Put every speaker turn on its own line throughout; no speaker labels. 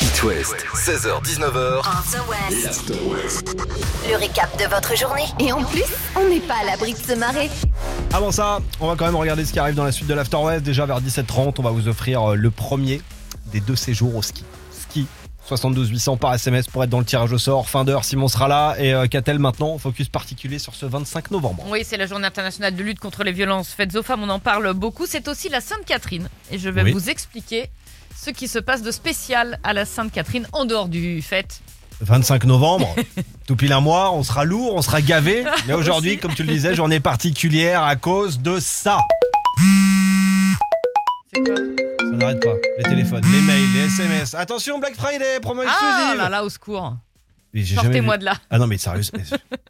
It West, 16h-19h,
After West.
l'After West.
Le récap de votre journée. Et en plus, on n'est pas à l'abri de se marrer.
Avant ça, on va quand même regarder ce qui arrive dans la suite de l'After West. Déjà vers 17h30, on va vous offrir euh, le premier des deux séjours au ski. Ski. 72 800 par SMS pour être dans le tirage au sort. Fin d'heure, Simon sera là. Et euh, Catel maintenant, focus particulier sur ce 25 novembre.
Oui, c'est la journée internationale de lutte contre les violences faites aux femmes, on en parle beaucoup. C'est aussi la Sainte-Catherine. Et je vais
Oui.
vous expliquer ce qui se passe de spécial à la Sainte-Catherine en dehors du fait.
25 novembre, tout pile un mois, on sera lourd, on sera gavé. Mais aujourd'hui,
Aussi.
comme tu le disais, journée particulière à cause de ça.
C'est quoi
Ça n'arrête pas. Les téléphones, les mails, les SMS. Attention, Black Friday, promo
Ah
exclusive.
là là, au secours.
Mais j'ai jamais vu-
Sortez-moi de là.
Ah non, mais sérieux,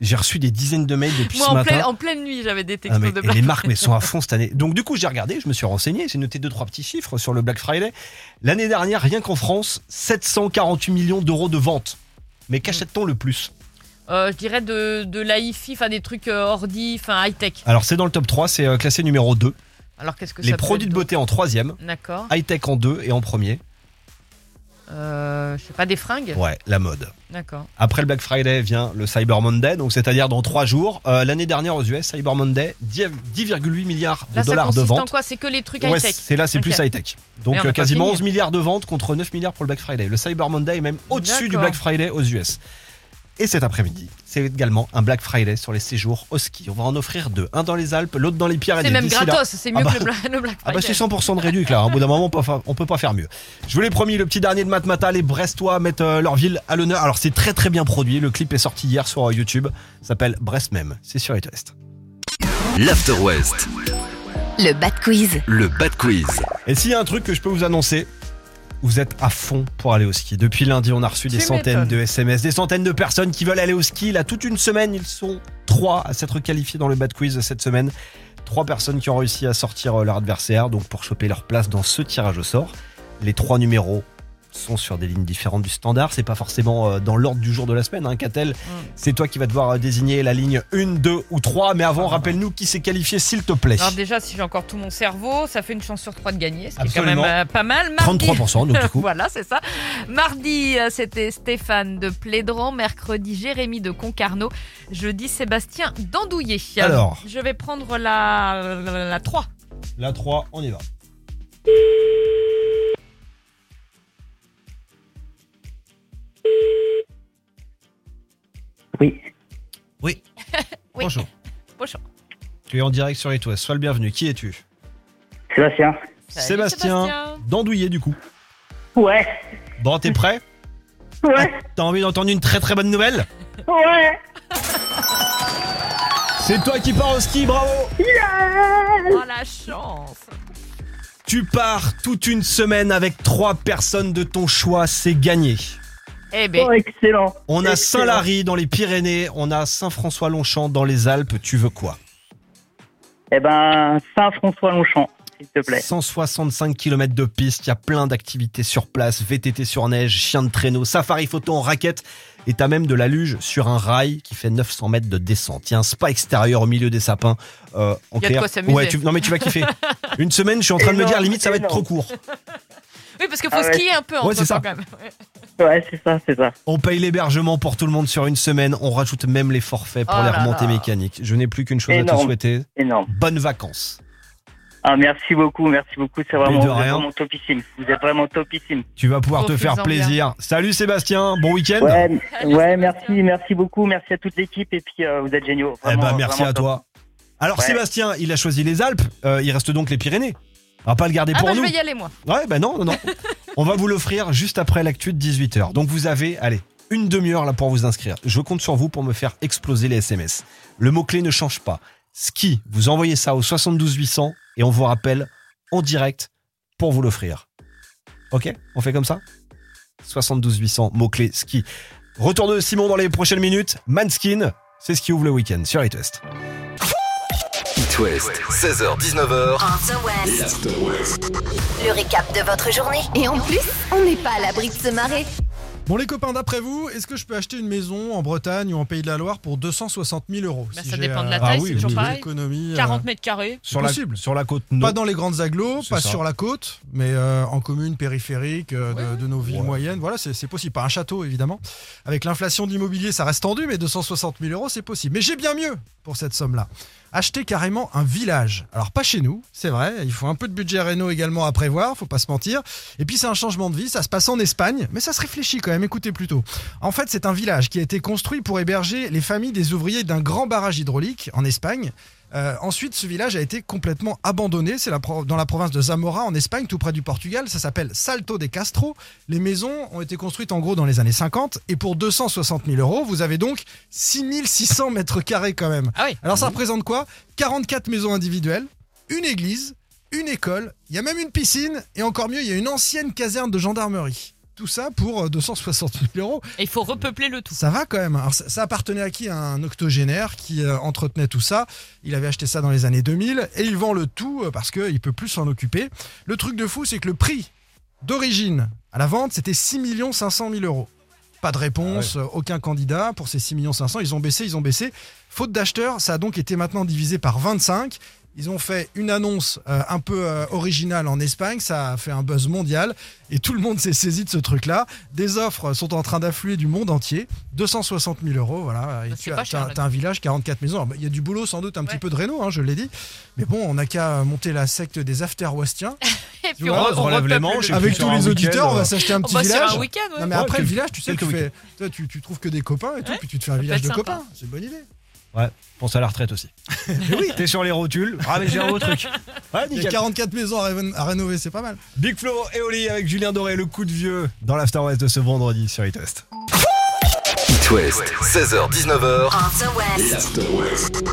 j'ai reçu des dizaines de mails depuis
Moi,
ce
en,
matin.
pleine- en pleine nuit, j'avais des
Ah,
textos
mais-
de
et
blagues.
les marques mais sont à fond cette année. Donc du coup, j'ai regardé, je me suis renseigné, j'ai noté deux trois petits chiffres sur le Black Friday. L'année dernière, rien qu'en France, 748 millions d'euros de ventes. Mais qu'achète-t-on le plus
Euh, je dirais de, de l'AIFI, enfin des trucs euh, ordi, enfin high-tech.
Alors c'est dans le top 3, c'est euh, classé numéro 2.
Alors qu'est-ce que ça
Les
peut
produits
être
de beauté en troisième,
d'autre D'accord.
high-tech en deux et en premier.
Euh, je sais pas, des fringues
Ouais, la mode.
D'accord.
Après le Black Friday vient le Cyber Monday, donc c'est-à-dire dans trois jours. Euh, L'année dernière aux US, Cyber Monday, 10 10,8 milliards de
Là, ça
dollars de
consiste en
ventes.
quoi C'est que les trucs
Ouais,
high-tech.
c'est là, c'est
Ok.
plus high-tech. Donc
Mais on a
euh,
pas
quasiment
fini.
11 milliards de ventes contre 9 milliards pour le Black Friday. Le Cyber Monday est même au-dessus du
D'accord.
Black Friday aux US. Et cet après-midi, c'est également un Black Friday sur les séjours au ski. On va en offrir deux, un dans les Alpes, l'autre dans les
C'est
Pyrénées.
même
D'ici là-
gratos, c'est mieux
Ah bah-
que le Black, le Black
Ah bah c'est
Friday.
100% de réduction là, au bout d'un moment on peut, fa- on peut pas faire mieux. Je vous l'ai promis, le petit dernier de Matmata, les Brestois mettent euh, leur ville à l'honneur. Alors c'est très très bien produit, le clip est sorti hier sur euh, YouTube, Ça s'appelle Brest même, c'est sur It West.
L'After West,
Le bad quiz.
le Bad Quiz.
Et s'il y a un truc que je peux vous annoncer, vous êtes à fond pour aller au ski. Depuis lundi, on a reçu des
Tu
centaines
m'étonnes.
de SMS, des centaines de personnes qui veulent aller au ski. Là, toute une semaine, ils sont trois à s'être qualifiés dans le bad quiz cette semaine. Trois personnes qui ont réussi à sortir euh, leur adversaire, donc pour choper leur place dans ce tirage au sort. Les trois numéros sont sur des lignes différentes du standard. C'est pas forcément euh, dans l'ordre du jour de la semaine. Hein.
Mm.
Catel, c'est toi qui vas devoir euh, désigner la ligne 1, 2 ou 3. Mais avant, rappelle-nous qui s'est qualifié, s'il te plaît.
Ah, bah. Alors déjà, si j'ai encore tout mon cerveau, ça fait une chance sur trois de gagner, ce qui
Absolument.
est quand même euh, pas mal. Mardi-
33%, donc du coup.
voilà, c'est ça. Mardi, euh, c'était Stéphane de Plédran. Mercredi, Jérémy de Concarneau. Jeudi, Sébastien d'Andouillé.
Alors.
Je vais prendre la, la, 3.
La 3, on y va.
Oui,
Oui.
Oui.
Bonjour.
Bonjour.
Tu es en direct sur EatWest. Sois le bienvenu. Qui es-tu
Sébastien.
Salut,
Sébastien,
Sébastien.
d'Andouillé, du coup.
Ouais,
Bon, t'es prêt
ouais,
T'as envie d'entendre une très très bonne nouvelle
ouais.
C'est toi qui pars au ski, bravo
Oh la chance.
Tu pars toute une semaine avec trois personnes de ton choix, c'est gagné.
Eh ben,
Oh, excellent.
On a
Excellent.
Saint-Lary dans les Pyrénées, on a Saint-François-Longchamp dans les Alpes, tu veux quoi
Eh ben, Saint-François-Longchamp, s'il te plaît.
165 km de piste, il y a plein d'activités sur place, VTT sur neige, chien de traîneau, safari photo en raquette, et t'as même de la luge sur un rail qui fait 900 mètres de descente. Il y a un spa extérieur au milieu des sapins. Euh, en
Il y a de
clair-
quoi s'amuser.
Ouais, tu- Non mais tu vas kiffer. Une semaine, je suis en train de me
Énorme,
dire, limite ça va être trop
énorme.
court.
oui, parce qu'il faut
Ah ouais.
skier un peu en
Ouais, c'est ça.
quand même. Ouais.
Ouais, c'est ça, c'est ça.
On paye l'hébergement pour tout le monde sur une semaine, on rajoute même les forfaits pour
Oh
les
là
remontées
là.
mécaniques. Je n'ai plus qu'une chose à te
Énorme.
souhaiter,
Énorme.
bonnes vacances.
Ah, merci beaucoup, merci beaucoup. C'est
Mais
vraiment,
de
vous êtes
rien.
vraiment topissime. Vous êtes vraiment topissime.
Tu vas pouvoir te
Profite-en
faire
bien.
plaisir. Salut Sébastien, bon week-end.
Ouais, m-
Salut,
ouais,
Sébastien.
merci, merci beaucoup. Merci à toute l'équipe et puis euh, vous êtes géniaux.
Eh
Vraiment,
ben, merci
vraiment
à
top.
toi. Alors
Ouais.
Sébastien, il a choisi les Alpes, euh, il reste donc les Pyrénées. On va pas le garder
Ah
pour
bah, je
nous.
vais y aller, moi.
Ouais, ben non, non, non. On va vous l'offrir juste après l'actu de 18h. Donc vous avez, allez, une demi-heure là pour vous inscrire. Je compte sur vous pour me faire exploser les SMS. Le mot-clé ne change pas. Ski, vous envoyez ça au 72 800 et on vous rappelle en direct pour vous l'offrir. Ok On fait comme ça 72 800, mot-clé ski. Retour de Simon dans les prochaines minutes. Manskin, c'est ce qui ouvre le week-end sur It West.
It West, 16h-19h,
After West.
l'After West.
Le récap de votre journée. Et en plus, on n'est pas à l'abri de se marrer.
Bon, les copains, d'après vous, est-ce que je peux acheter une maison en Bretagne ou en Pays de la Loire pour 260 000 euros
Bah,
si
ça
j'ai,
dépend de la
euh,
taille,
ah oui,
c'est toujours
oui, oui.
pareil.
l'économie, euh,
40 mètres carrés.
Sur la,
possible.
sur la côte, non.
Pas dans les grandes agglos,
C'est
pas
ça.
sur la côte, mais euh, en commune périphérique euh, de,
Ouais, ouais.
de nos villes
Ouais.
moyennes. Voilà, c'est c'est possible. Pas un château, évidemment. Avec l'inflation de l'immobilier, ça reste tendu, mais 260 000 euros, c'est possible. Mais j'ai bien mieux pour cette somme-là. Acheter carrément un village. Alors, pas chez nous, c'est vrai. Il faut un peu de budget réno également à prévoir, faut pas se mentir. Et puis, c'est un changement de vie. Ça se passe en Espagne, mais ça se réfléchit quand même. Écoutez plutôt. En fait, c'est un village qui a été construit pour héberger les familles des ouvriers d'un grand barrage hydraulique en Espagne. Euh, ensuite, ce village a été complètement abandonné. C'est la pro- dans la province de Zamora, en Espagne, tout près du Portugal. Ça s'appelle Salto de Castro. Les maisons ont été construites en gros dans les années 50. Et pour 260 000 euros, vous avez donc 6600 mètres carrés quand même.
Ah oui.
Alors ça représente quoi 44 maisons individuelles, une église, une école, il y a même une piscine. Et encore mieux, il y a une ancienne caserne de gendarmerie. Tout ça pour euh, 260 000 euros.
Et il faut repeupler le tout.
Ça va quand même. Alors, ça, ça appartenait à qui À un octogénaire qui euh, entretenait tout ça. Il avait acheté ça dans les années 2000 et il vend le tout euh, parce qu'il peut plus s'en occuper. Le truc de fou, c'est que le prix d'origine à la vente, c'était 6 500 000 euros. Pas de réponse, euh, aucun candidat pour ces 6 500 000. Ils ont baissé, ils ont baissé. Faute d'acheteurs, ça a donc été maintenant divisé par 25. Ils ont fait une annonce euh, un peu euh, originale en Espagne, ça a fait un buzz mondial et tout le monde s'est saisi de ce truc-là. Des offres sont en train d'affluer du monde entier. 260 000 euros, voilà. Et
Bah,
tu
c'est
as,
pas cher,
t'as-
là.
t'as un village, 44 maisons. Alors, bah, Il y a du boulot sans doute, un petit
Ouais.
peu de réno, hein, je l'ai dit. Mais bon, on n'a qu'à monter la secte des after-westiens.
Et puis
vois,
on, re-
on relève
repeuple
les manches
le
et
tout.
puis
Avec
sur
tous
un
les
week-end,
auditeurs, on
euh,
va s'acheter un
On
petit
bosse Oh, bah, sur
village.
un week-end, ouais.
Non mais
Ouais,
après le
quelques-
village, tu sais, tu
quelques
fais, toi, tu, tu trouves que des copains et tout,
Ouais.
puis tu te fais un
peut
village
être
de
sympa.
copains. C'est une bonne idée.
Pense à la retraite aussi. oui, t'es sur les rotules. Ah, mais j'ai un autre truc. Ouais,
Il y a
nickel.
44 maisons à, réven- à rénover, c'est pas mal.
Big Flo et Oli avec Julien Doré, le coup de vieux, dans l'After West de ce vendredi sur Itest.
It West, 16h-19h.
After West.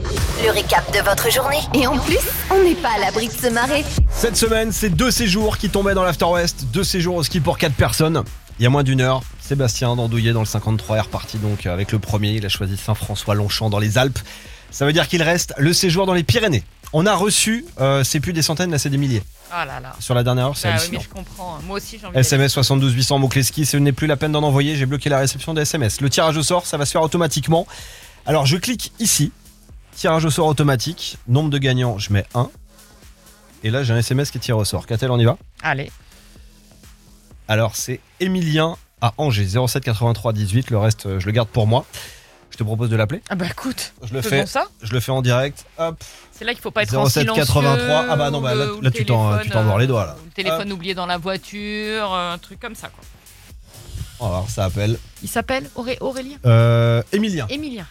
Le récap de votre journée. Et en plus, on n'est pas à l'abri de se marrer.
Cette semaine, c'est deux séjours qui tombaient dans l'After West. Deux séjours au ski pour quatre personnes. Il y a moins d'une heure, Sébastien d'Andouillet dans le 53 est reparti donc avec le premier. Il a choisi Saint-François-Longchamp dans les Alpes. Ça veut dire qu'il reste le séjour dans les Pyrénées. On a reçu, euh, c'est plus des centaines, là c'est des milliers.
Ah là là.
Sur la dernière heure, c'est
Bah
hallucinant. Eh,
oui, mais je comprends. Moi aussi, j'ai envie d'aller.
SMS 72 800 mots clés ski, ce n'est plus la peine d'en envoyer, j'ai bloqué la réception des SMS. Le tirage au sort, ça va se faire automatiquement. Alors je clique ici, tirage au sort automatique, nombre de gagnants, je mets 1. Et là j'ai un SMS qui est tiré au sort. Catel, on y va
Allez.
Alors c'est Emilien à Angers, 07 83 18, le reste euh, je le garde pour moi. Je te propose de l'appeler.
Ah bah écoute,
Je le
faisons
fais,
ça.
je le fais en direct. Hop,
C'est là qu'il faut pas être en
07
silencieux.
83. Ah bah non,
ou
bah là-
le- ou le
là, tu t'en-
téléphone,
tu t'en mords les
euh,
doigts, là.
ou Le téléphone oublié dans la voiture, euh, un truc comme ça quoi.
on va voir, ça appelle.
Il s'appelle Auré- Aurélien
Euh, Emilien.
Émilien.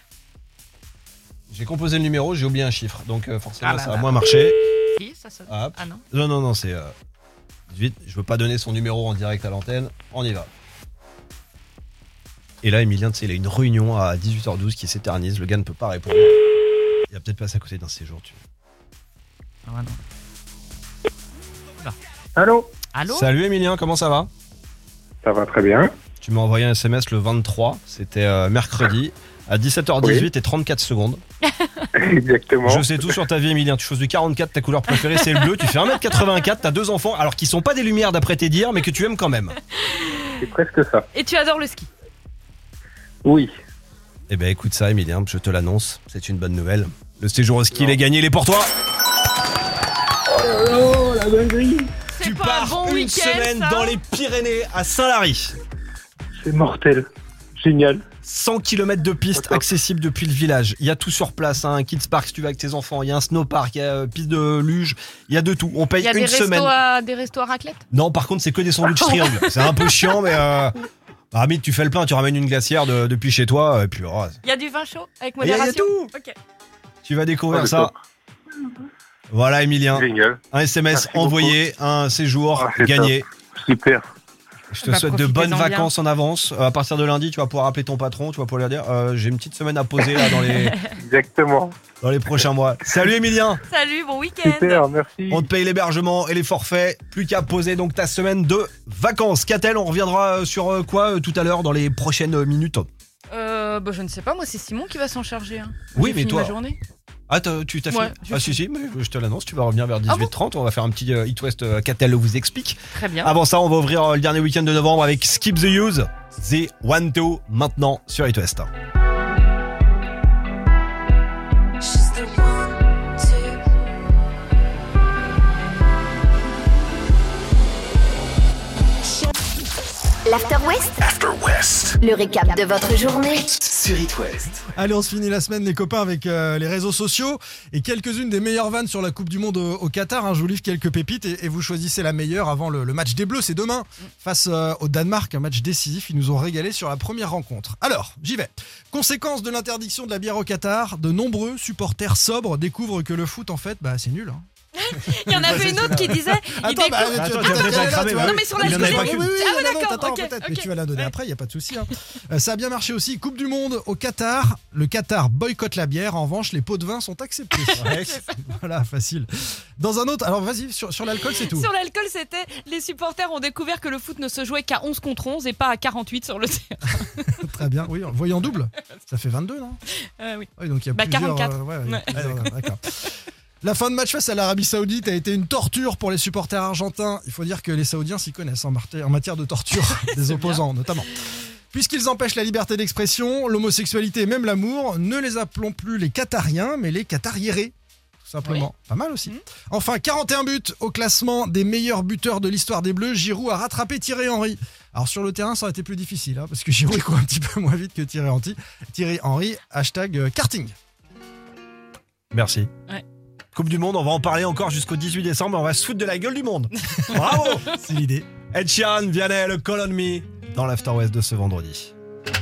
J'ai composé le numéro, j'ai oublié un chiffre, donc euh, forcément
Ah bah
ça a
bah.
moins marché.
Oui, ça sonne.
Hop.
Ah non.
Non, non, non, c'est euh, 18. Je veux pas donner son numéro en direct à l'antenne. On y va. Et là, Emilien, tu sais, il a une réunion à 18h12 qui s'éternise. Le gars ne peut pas répondre. Il a peut-être passé à côté d'un séjour. Tu...
Ah bah non.
Allô
Allô
Salut Emilien, comment ça va
Ça va très bien.
Tu m'as envoyé un SMS le 23. C'était euh, mercredi à 17h18 et 34 secondes.
Exactement.
Je sais tout sur ta vie, Emilien. Tu choses du 44, ta couleur préférée, c'est le bleu. Tu fais 1m84, t'as deux enfants, alors qu'ils sont pas des lumières d'après tes dires, mais que tu aimes quand même.
C'est presque ça.
Et tu adores le ski.
Oui.
Eh ben écoute ça, Emilien, je te l'annonce, c'est une bonne nouvelle. Le séjour au ski, il est gagné, il est pour toi.
Oh la dinguerie
C'est
Tu
pas un
pars
bon
une
week-end,
semaine
ça
dans les Pyrénées à Saint-Lary.
C'est mortel. Génial.
100 km de piste
D'accord.
accessible depuis le village. Il y a tout sur place, hein, un kids park si tu vas avec tes enfants, il y a un snowpark, il y a euh, piste de luge, il y a de tout. On paye
Il y a des
une
restos,
semaine.
à, des restos à raclette
Non, par contre, c'est que des sandwichs triangles. C'est un peu chiant, mais euh, bah, mais tu fais le plein, tu ramènes une glacière de- depuis chez toi, et puis oh,
Il y a du vin chaud avec
il y a- il y
modération
a tout.
Ok.
Tu vas découvrir
Ah,
ça. Voilà, Emilien,
Génial.
un SMS
Merci beaucoup.
envoyé, un séjour
Ah, c'est
gagné.
Super.
Je te
Bah,
souhaite de bonnes
profitez-en bien.
vacances en avance. Euh, À partir de lundi, tu vas pouvoir appeler ton patron, tu vas pouvoir lui dire euh, j'ai une petite semaine à poser là, dans, les,
Exactement.
dans les prochains mois. Salut Emilien,
Salut, bon week-end.
Super, merci.
on te paye l'hébergement et les forfaits. Plus qu'à poser donc ta semaine de vacances. Qu'a-t-elle On reviendra euh, sur euh, quoi euh, tout à l'heure dans les prochaines euh, minutes.
Euh, bah, je ne sais pas, moi c'est Simon qui va s'en charger. hein.
Oui,
J'ai
mais
fini
toi-
ma journée.
Ah, t'as- tu t'as
Ouais,
fini
je
Ah,
suis.
si, si, mais je te l'annonce, tu vas revenir vers
Ah bon
18h30. on va faire un petit euh, Hit West euh, Qu'a-t-elle vous explique.
Très bien.
Avant ça, on va ouvrir euh, le dernier week-end de novembre avec Skip the Use.
The One Two maintenant sur It West.
She's the one to
L'After West,
After West.
le récap de votre journée.
Sur It West.
Allez, on se finit la semaine, les copains, avec euh, les réseaux sociaux et quelques-unes des meilleures vannes sur la Coupe du Monde au, au Qatar. hein. Je vous livre quelques pépites et, et vous choisissez la meilleure avant le, le match des Bleus. C'est demain face euh, au Danemark, un match décisif. Ils nous ont régalé sur la première rencontre. Alors, j'y vais. Conséquence de l'interdiction de la bière au Qatar, de nombreux supporters sobres découvrent que le foot, en fait, bah, c'est nul. hein.
Il y en avait une autre qui disait. il
Attends,
découvre-
bah, tu-
Attends,
tu-
t'as
tu-
déjà
tu-
cramé,
tu-
ouais.
non, mais sur la
Il y en avait
seconde,
pas qu'une.
Oui, oui,
Ah
oui, il
ouais,
y en a
d'accord,
d'autres. Attends,
ok,
peut-être,
ok.
mais tu vas la donner après, il n'y a pas de souci. hein. Euh, ça a bien marché aussi. Coupe du Monde au Qatar. Le Qatar boycotte la bière. En revanche, les pots de vin sont acceptés. voilà, facile. Dans un autre, alors vas-y, sur, sur l'alcool, c'est tout.
Sur l'alcool, c'était les supporters ont découvert que le foot ne se jouait qu'à 11 contre 11 et pas à 48 sur le terrain.
Très bien. Oui, voyant double. Ça fait 22, non
Euh, oui.
Oui, donc il y a
Bah,
plusieurs,
44.
euh, ouais, ouais, il y a
Ouais.
plusieurs, euh, d'accord. La fin de match face à l'Arabie Saoudite a été une torture pour les supporters argentins. Il faut dire que les Saoudiens s'y connaissent en, marte- en matière de torture des opposants, notamment. Puisqu'ils empêchent la liberté d'expression, l'homosexualité et même l'amour, ne les appelons plus les Qatariens, mais les Qatariérés. Tout simplement. Pas mal aussi.
Mhm.
Enfin, 41 buts au classement des meilleurs buteurs de l'histoire des Bleus. Giroud a rattrapé Thierry Henry. Alors sur le terrain, ça aurait été plus difficile, hein, parce que Giroud il court un petit peu moins vite que Thierry Henry. Thierry Henry, hashtag euh, karting.
Merci.
Ouais.
Coupe du Monde, on va en parler encore jusqu'au 18 décembre. On va se foutre de la gueule du monde. Bravo
C'est l'idée.
Ed Sheeran, Vianney, le Call on Me dans l'After West de ce vendredi.